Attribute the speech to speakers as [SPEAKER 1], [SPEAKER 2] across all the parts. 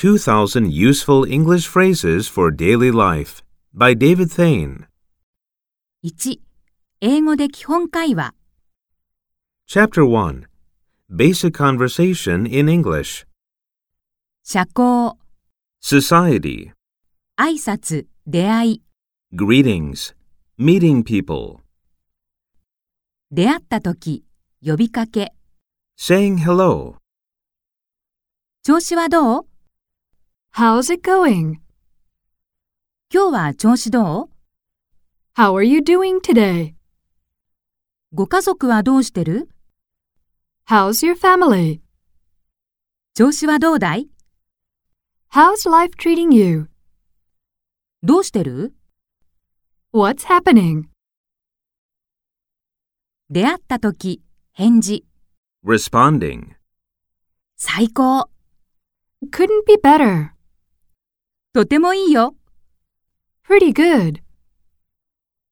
[SPEAKER 1] 2000 Useful English Phrases for Daily Life by David Thane.
[SPEAKER 2] 1. 英語で基本会話
[SPEAKER 1] Chapter 1 Basic Conversation in English.
[SPEAKER 2] 社交
[SPEAKER 1] Society.
[SPEAKER 2] 挨拶出会い
[SPEAKER 1] Greetings. Meeting people.
[SPEAKER 2] 出会った時呼びかけ
[SPEAKER 1] Saying hello.
[SPEAKER 2] 調子はどう
[SPEAKER 3] How's it going?
[SPEAKER 2] 今日は調子どう
[SPEAKER 3] How are you doing today?
[SPEAKER 2] ご家族はどうしてる
[SPEAKER 3] How's your family?
[SPEAKER 2] 調子はどうだい
[SPEAKER 3] How's life treating you?
[SPEAKER 2] どうしてる
[SPEAKER 3] What's happening?
[SPEAKER 2] 出会った時返事
[SPEAKER 1] Responding.
[SPEAKER 2] 最高
[SPEAKER 3] Couldn't be better.
[SPEAKER 2] とてもいいよ
[SPEAKER 3] Pretty good.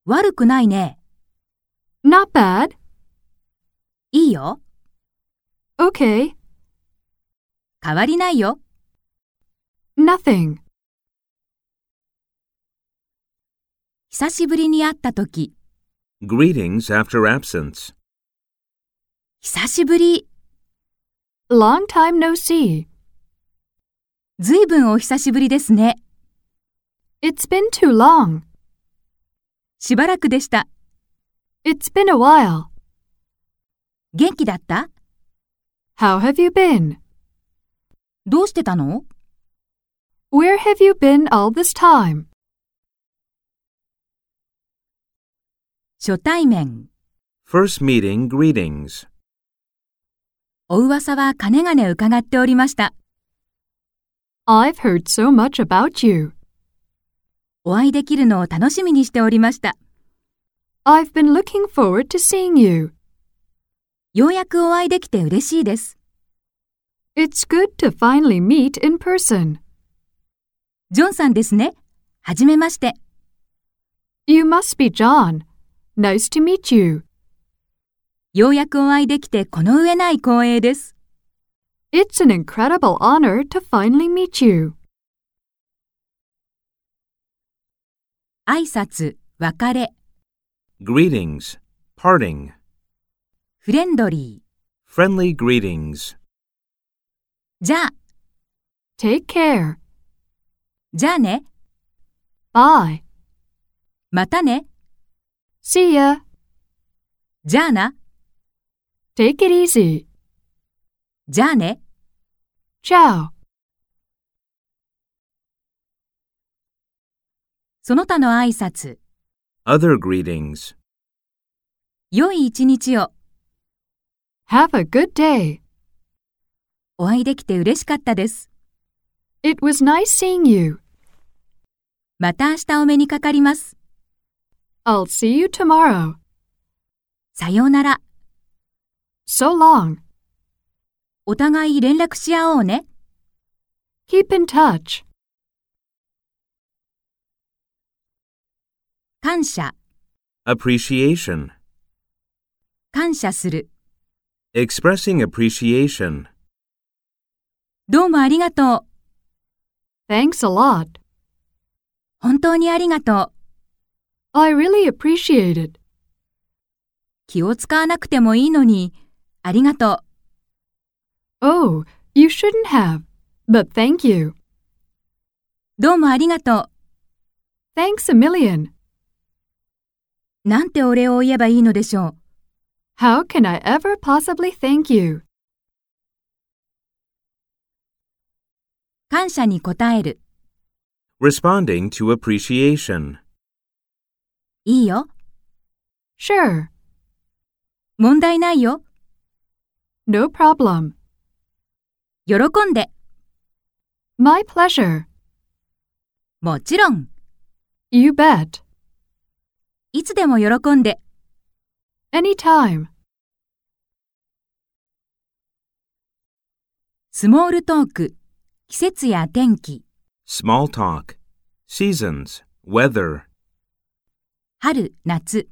[SPEAKER 2] 悪くないね
[SPEAKER 3] Not bad.
[SPEAKER 2] いいよ
[SPEAKER 3] Okay.
[SPEAKER 2] 変わりないよ
[SPEAKER 3] Nothing.
[SPEAKER 2] 久しぶりに会った時
[SPEAKER 1] Greetings after absence.
[SPEAKER 2] 久しぶり
[SPEAKER 3] Long time no see.
[SPEAKER 2] ずいぶんお久しぶりですね
[SPEAKER 3] It's been too long.
[SPEAKER 2] しばらくでした
[SPEAKER 3] It's been a while.
[SPEAKER 2] 元気だった
[SPEAKER 3] How have you been?
[SPEAKER 2] どうしてたの
[SPEAKER 3] Where have you been all this time?
[SPEAKER 2] 初対面
[SPEAKER 1] First meeting greetings.
[SPEAKER 2] お噂はかねがね伺っておりました。
[SPEAKER 3] I've heard so much about you.
[SPEAKER 2] お会いできるのを楽しみにしておりました。
[SPEAKER 3] I've been looking forward to seeing you.
[SPEAKER 2] ようやくお会いできて嬉しいです。
[SPEAKER 3] It's good to finally meet in person.
[SPEAKER 2] ジョンさんですね。はじめまして。
[SPEAKER 3] You must be John. Nice to meet you.
[SPEAKER 2] ようやくお会いできてこの上ない光栄です。
[SPEAKER 3] It's an incredible honor to finally meet you.
[SPEAKER 2] 挨拶、別れ、
[SPEAKER 1] Greetings. Parting.
[SPEAKER 2] フレンドリ
[SPEAKER 1] Friendly greetings.
[SPEAKER 2] ー。じゃあ、
[SPEAKER 3] Take care.
[SPEAKER 2] じゃあね。
[SPEAKER 3] Bye.
[SPEAKER 2] またね。
[SPEAKER 3] See ya.
[SPEAKER 2] じゃあな。
[SPEAKER 3] Take it easy.
[SPEAKER 2] じゃあね。
[SPEAKER 3] Ciao.
[SPEAKER 2] その他の挨拶。
[SPEAKER 1] Other greetings.
[SPEAKER 2] 良い一日を。
[SPEAKER 3] Have a good day.
[SPEAKER 2] お会いできて嬉しかったです。
[SPEAKER 3] It was nice seeing you.
[SPEAKER 2] また明日お目にかかります。
[SPEAKER 3] I'll see you tomorrow.
[SPEAKER 2] さようなら。
[SPEAKER 3] So long.
[SPEAKER 2] お互い連絡し合おうね。
[SPEAKER 3] Keep in touch.
[SPEAKER 2] 感謝、
[SPEAKER 1] Appreciation.
[SPEAKER 2] 感謝する。
[SPEAKER 1] Expressing appreciation.
[SPEAKER 2] どうもありがとう。
[SPEAKER 3] Thanks a lot.
[SPEAKER 2] 本当にありがとう。
[SPEAKER 3] I really appreciate it.
[SPEAKER 2] 気を使わなくてもいいのに、ありがとう。
[SPEAKER 3] Oh, you shouldn't have. But thank you.
[SPEAKER 2] どうもありがと
[SPEAKER 3] Thanks a million.
[SPEAKER 2] う。なんてお礼を言えばいいのでしょう。
[SPEAKER 3] How can I ever possibly thank you?
[SPEAKER 2] 感謝に応える。
[SPEAKER 1] Responding to appreciation.
[SPEAKER 2] いいよ。
[SPEAKER 3] Sure.
[SPEAKER 2] 問題ないよ。
[SPEAKER 3] No problem.
[SPEAKER 2] 喜んで。
[SPEAKER 3] My pleasure.
[SPEAKER 2] もちろん。
[SPEAKER 3] You bet.
[SPEAKER 2] いつでも喜んで。
[SPEAKER 3] Anytime.
[SPEAKER 2] スモールトーク。季節や天気。
[SPEAKER 1] Small talk. Seasons. Weather.
[SPEAKER 2] 春、夏。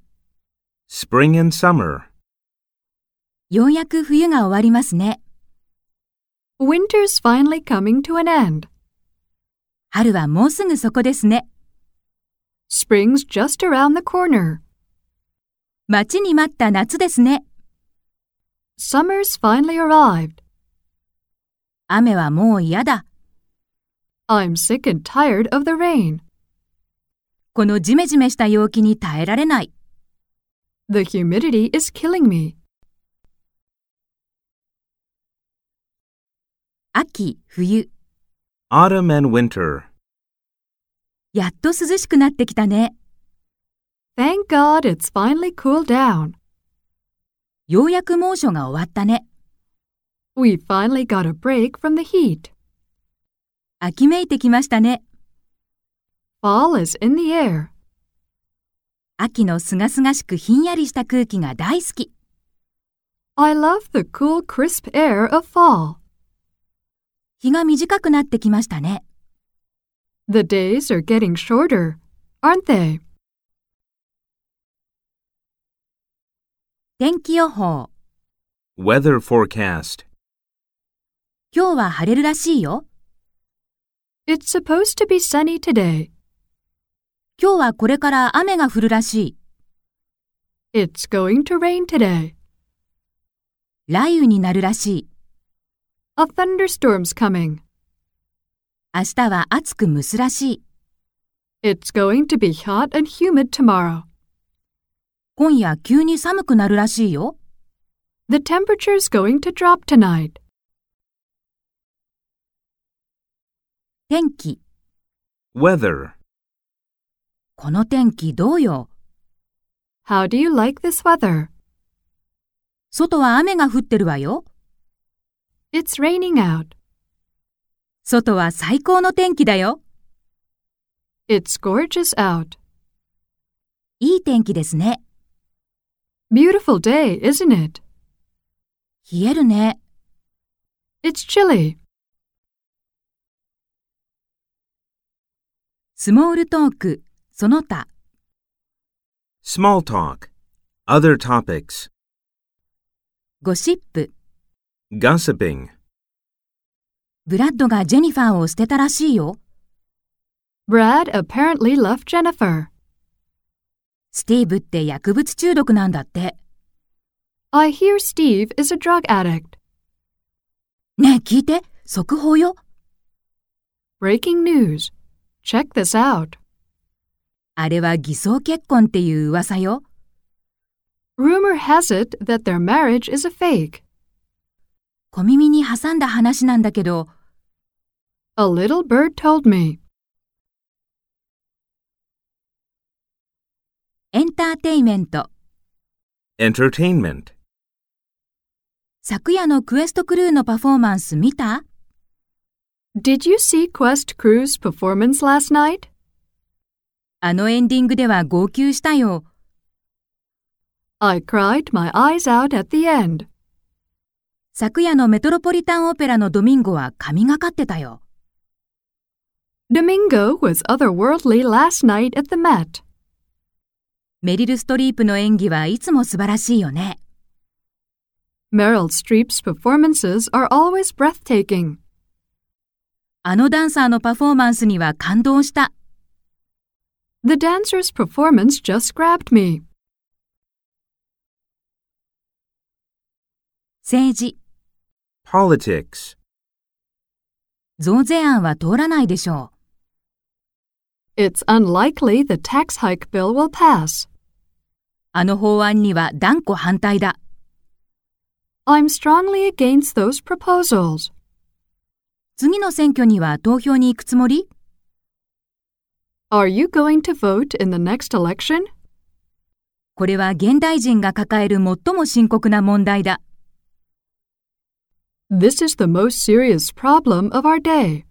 [SPEAKER 1] Spring and summer.
[SPEAKER 2] ようやく冬が終わりますね。
[SPEAKER 3] Winter's finally coming to an end.
[SPEAKER 2] 春はもうすぐそこですね。
[SPEAKER 3] Spring's just around the corner.
[SPEAKER 2] 待ちに待った夏ですね。
[SPEAKER 3] Summer's finally arrived.
[SPEAKER 2] 雨はもう嫌だ。
[SPEAKER 3] I'm sick and tired of the rain.
[SPEAKER 2] このジメジメした陽気に耐えられない。
[SPEAKER 3] The humidity is killing me.
[SPEAKER 2] 秋、冬、
[SPEAKER 1] Autumn and winter.
[SPEAKER 2] やっと涼しくなってきたね。
[SPEAKER 3] Thank God it's finally cooled down.
[SPEAKER 2] ようやく猛暑が終わったね。
[SPEAKER 3] We finally got a break from the heat.
[SPEAKER 2] 秋めいてきましたね。
[SPEAKER 3] Fall is in the air.
[SPEAKER 2] 秋のすがすがしくひんやりした空気が大好き。
[SPEAKER 3] I love the cool, crisp air of fall.
[SPEAKER 2] 日が短くなってきましたね。
[SPEAKER 3] The days are getting shorter, aren't they?
[SPEAKER 2] 天気予報。
[SPEAKER 1] Weather forecast.
[SPEAKER 2] 今日は晴れるらしいよ。
[SPEAKER 3] It's supposed to be sunny today.
[SPEAKER 2] 今日はこれから雨が降るらし
[SPEAKER 3] It's going to rain today.
[SPEAKER 2] い。雷雨になるらしい。
[SPEAKER 3] A thunderstorm's coming.
[SPEAKER 2] 明日は暑く蒸すらしい。
[SPEAKER 3] It's going to be hot and humid tomorrow.
[SPEAKER 2] 今夜急に寒くなるらしいよ。
[SPEAKER 3] The temperature's going to drop tonight.
[SPEAKER 2] 天気。
[SPEAKER 1] Weather.
[SPEAKER 2] この天気どうよ。
[SPEAKER 3] How do you like this weather?
[SPEAKER 2] 外は雨が降ってるわよ。
[SPEAKER 3] It's raining out.
[SPEAKER 2] 外は最高の天気だよ。
[SPEAKER 3] It's gorgeous out.
[SPEAKER 2] いい天気ですね。
[SPEAKER 3] Beautiful day, isn't it?
[SPEAKER 2] 冷えるね。
[SPEAKER 3] It's chilly.
[SPEAKER 2] スモールトーク、その他。
[SPEAKER 1] Small talk. Other topics.
[SPEAKER 2] ゴシップ。
[SPEAKER 1] Gossiping.
[SPEAKER 2] ブラッドがジェニファーを捨てたらしいよ。
[SPEAKER 3] Brad apparently left Jennifer.
[SPEAKER 2] スティーブって薬物中毒なんだって。
[SPEAKER 3] I hear Steve is a drug addict.
[SPEAKER 2] ねえ聞いて、速報よ。
[SPEAKER 3] Breaking news. Check this out.
[SPEAKER 2] あれは偽装結婚っていう噂よ。
[SPEAKER 3] Rumor has it that their marriage is a fake.
[SPEAKER 2] 小耳に挟んだ話なんだけど、
[SPEAKER 3] A little bird told me.
[SPEAKER 2] エンターテイメント。
[SPEAKER 1] Entertainment.
[SPEAKER 2] 昨夜のクエストクルーのパフォーマンス見た
[SPEAKER 3] Did you see Quest Crew's performance last night?
[SPEAKER 2] あのエンディングでは号泣したよ。
[SPEAKER 3] I cried my eyes out at the end.
[SPEAKER 2] 昨夜のメトロポリタンオペラのドミンゴは神がかってたよ。
[SPEAKER 3] Domingo was otherworldly last night at the Met.
[SPEAKER 2] メリル・ストリープの演技はいつも素晴らしいよね。
[SPEAKER 3] Meryl Streep's performances are always breathtaking.
[SPEAKER 2] あのダンサーのパフォーマンスには感動した。
[SPEAKER 3] The dancer's performance just grabbed me.
[SPEAKER 2] 政治、
[SPEAKER 1] Politics.
[SPEAKER 2] 増税案は通らないでしょう。
[SPEAKER 3] It's unlikely the tax hike bill will pass.
[SPEAKER 2] あの法案には断固反対だ。
[SPEAKER 3] I'm strongly against those proposals.
[SPEAKER 2] 次の選挙には投票に行くつもり
[SPEAKER 3] Are you going to vote in the next election?
[SPEAKER 2] これは現代人が抱える最も深刻な問題だ。
[SPEAKER 3] This is the most serious problem of our day.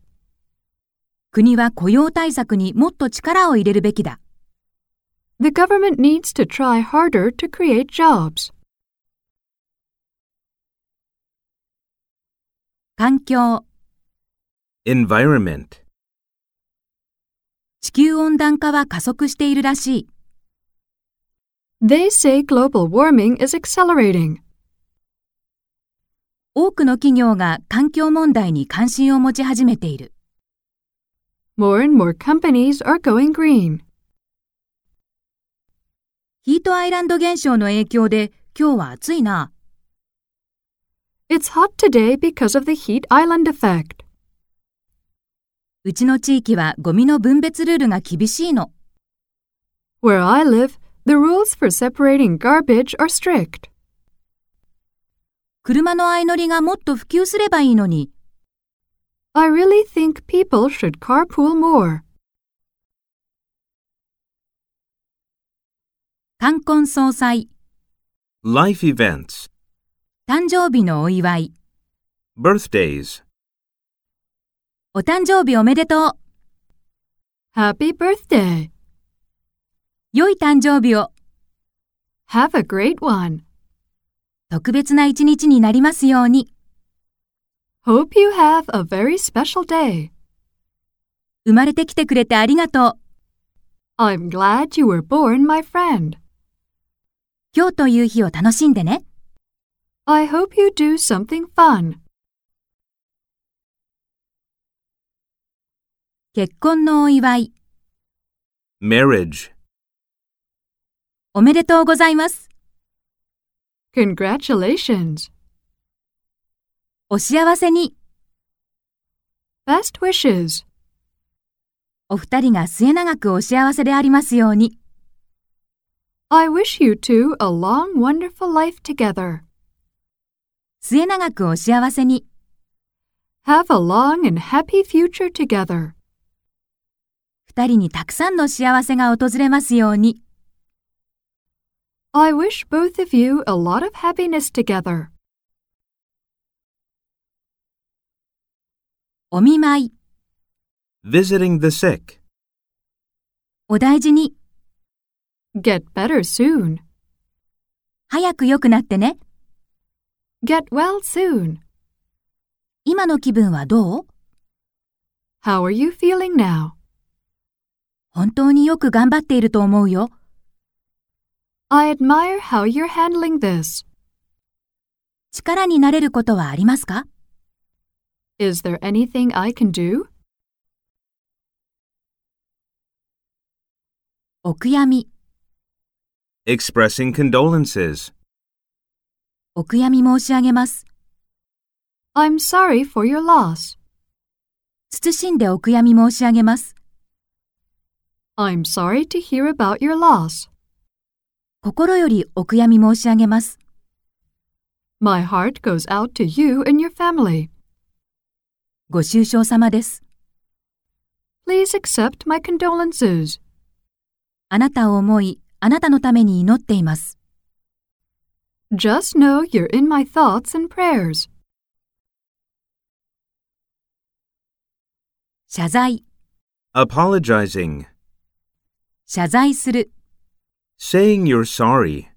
[SPEAKER 2] 国は雇用対策にもっと力を入れるべきだ。
[SPEAKER 3] The government needs to try harder to create jobs.
[SPEAKER 2] 環境、
[SPEAKER 1] Environment.
[SPEAKER 2] 地球温暖化は加速しているらしい。
[SPEAKER 3] They say global warming is accelerating.
[SPEAKER 2] 多くの企業が環境問題に関心を持ち始めている。
[SPEAKER 3] More and more companies are going green.
[SPEAKER 2] ヒートアイランド現象の影響で今日は暑いな。
[SPEAKER 3] It's hot today because of the heat island effect.
[SPEAKER 2] うちの地域はゴミの分別ルールが厳しいの。
[SPEAKER 3] Where I live, the rules for separating garbage are strict.
[SPEAKER 2] 車の相乗りがもっと普及すればいいのに。
[SPEAKER 3] I really think people should carpool more.
[SPEAKER 2] 冠婚葬祭、
[SPEAKER 1] Life events.
[SPEAKER 2] 誕生日のお祝い、
[SPEAKER 1] Birthdays.
[SPEAKER 2] お誕生日おめでとう。
[SPEAKER 3] Happy birthday!
[SPEAKER 2] 良い誕生日を。
[SPEAKER 3] Have a great one!
[SPEAKER 2] 特別な一日になりますように。
[SPEAKER 3] Hope you have a very special day.
[SPEAKER 2] 生まれてきてくれてありがとう。
[SPEAKER 3] I'm glad you were born, my friend.
[SPEAKER 2] 今日という日を楽しんでね。
[SPEAKER 3] I hope you do something fun.
[SPEAKER 2] 結婚のお祝い、
[SPEAKER 1] Marriage.
[SPEAKER 2] おめでとうございます。
[SPEAKER 3] Congratulations!
[SPEAKER 2] お幸せに。
[SPEAKER 3] Best wishes!
[SPEAKER 2] お二人が末永くお幸せでありますように。
[SPEAKER 3] I wish you two a long, wonderful life together.
[SPEAKER 2] 末永くお幸せに。
[SPEAKER 3] Have a long and happy future together.
[SPEAKER 2] 二人にたくさんの幸せが訪れますように。
[SPEAKER 3] I wish both of you a lot of happiness together.
[SPEAKER 2] お見舞い、
[SPEAKER 1] Visiting the sick.
[SPEAKER 2] お大事に。
[SPEAKER 3] Get better soon.
[SPEAKER 2] 早く良くなってね。
[SPEAKER 3] Get well soon.
[SPEAKER 2] 今の気分はどう
[SPEAKER 3] How are you feeling now?
[SPEAKER 2] 本当によく頑張っていると思うよ。
[SPEAKER 3] I admire how you're handling this.
[SPEAKER 2] 力になれることはありますか
[SPEAKER 3] Is there anything I can do?
[SPEAKER 2] お悔やみ、
[SPEAKER 1] Expressing condolences.
[SPEAKER 2] お悔やみ申し上げます。
[SPEAKER 3] I'm sorry for your loss.
[SPEAKER 2] 謹んでお悔やみ申し上げます。
[SPEAKER 3] I'm sorry to hear about your loss.
[SPEAKER 2] 心よりお悔やみ申し上げます。
[SPEAKER 3] My heart goes out to you and your family.
[SPEAKER 2] ご愁傷様です。
[SPEAKER 3] Please accept my condolences.
[SPEAKER 2] あなたを思い、あなたのために祈っています。
[SPEAKER 3] Just know you're in my thoughts and prayers.
[SPEAKER 2] 謝罪、
[SPEAKER 1] Apologizing.
[SPEAKER 2] 謝罪する。
[SPEAKER 1] Saying you're sorry.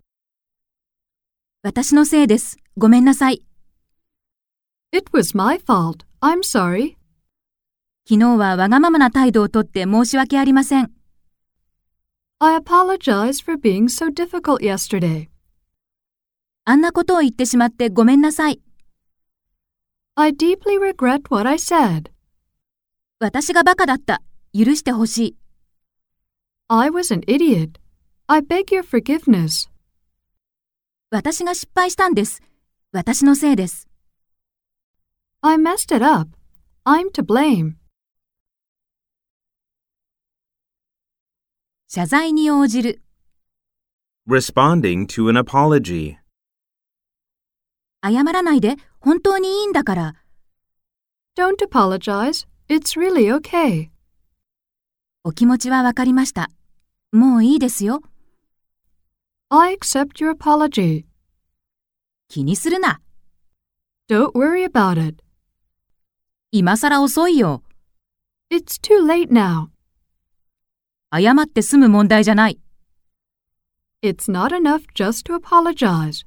[SPEAKER 2] 私のせいです。ごめんなさい。
[SPEAKER 3] It was my fault. I'm sorry.
[SPEAKER 2] 昨日はわがままな態度をとって申し訳ありません。
[SPEAKER 3] I apologize for being so difficult yesterday.
[SPEAKER 2] あんなことを言ってしまってごめんなさい。
[SPEAKER 3] I deeply regret what I said.
[SPEAKER 2] 私がバカだった。許してほしい。
[SPEAKER 3] I was an idiot. I beg your forgiveness.
[SPEAKER 2] 私が失敗したんです。私のせいです。
[SPEAKER 3] I messed it up. I'm to blame.
[SPEAKER 2] 謝罪に応じる。
[SPEAKER 1] Responding to an apology.
[SPEAKER 2] 謝らないで。本当にいいんだから。
[SPEAKER 3] Don't apologize. It's really okay.
[SPEAKER 2] お気持ちはわかりました。もういいですよ。
[SPEAKER 3] I accept your apology.
[SPEAKER 2] 気にするな。
[SPEAKER 3] Don't worry about it.
[SPEAKER 2] 今更遅いよ。
[SPEAKER 3] It's too late now.
[SPEAKER 2] 謝って済む問題じゃない。
[SPEAKER 3] It's not enough just to apologize.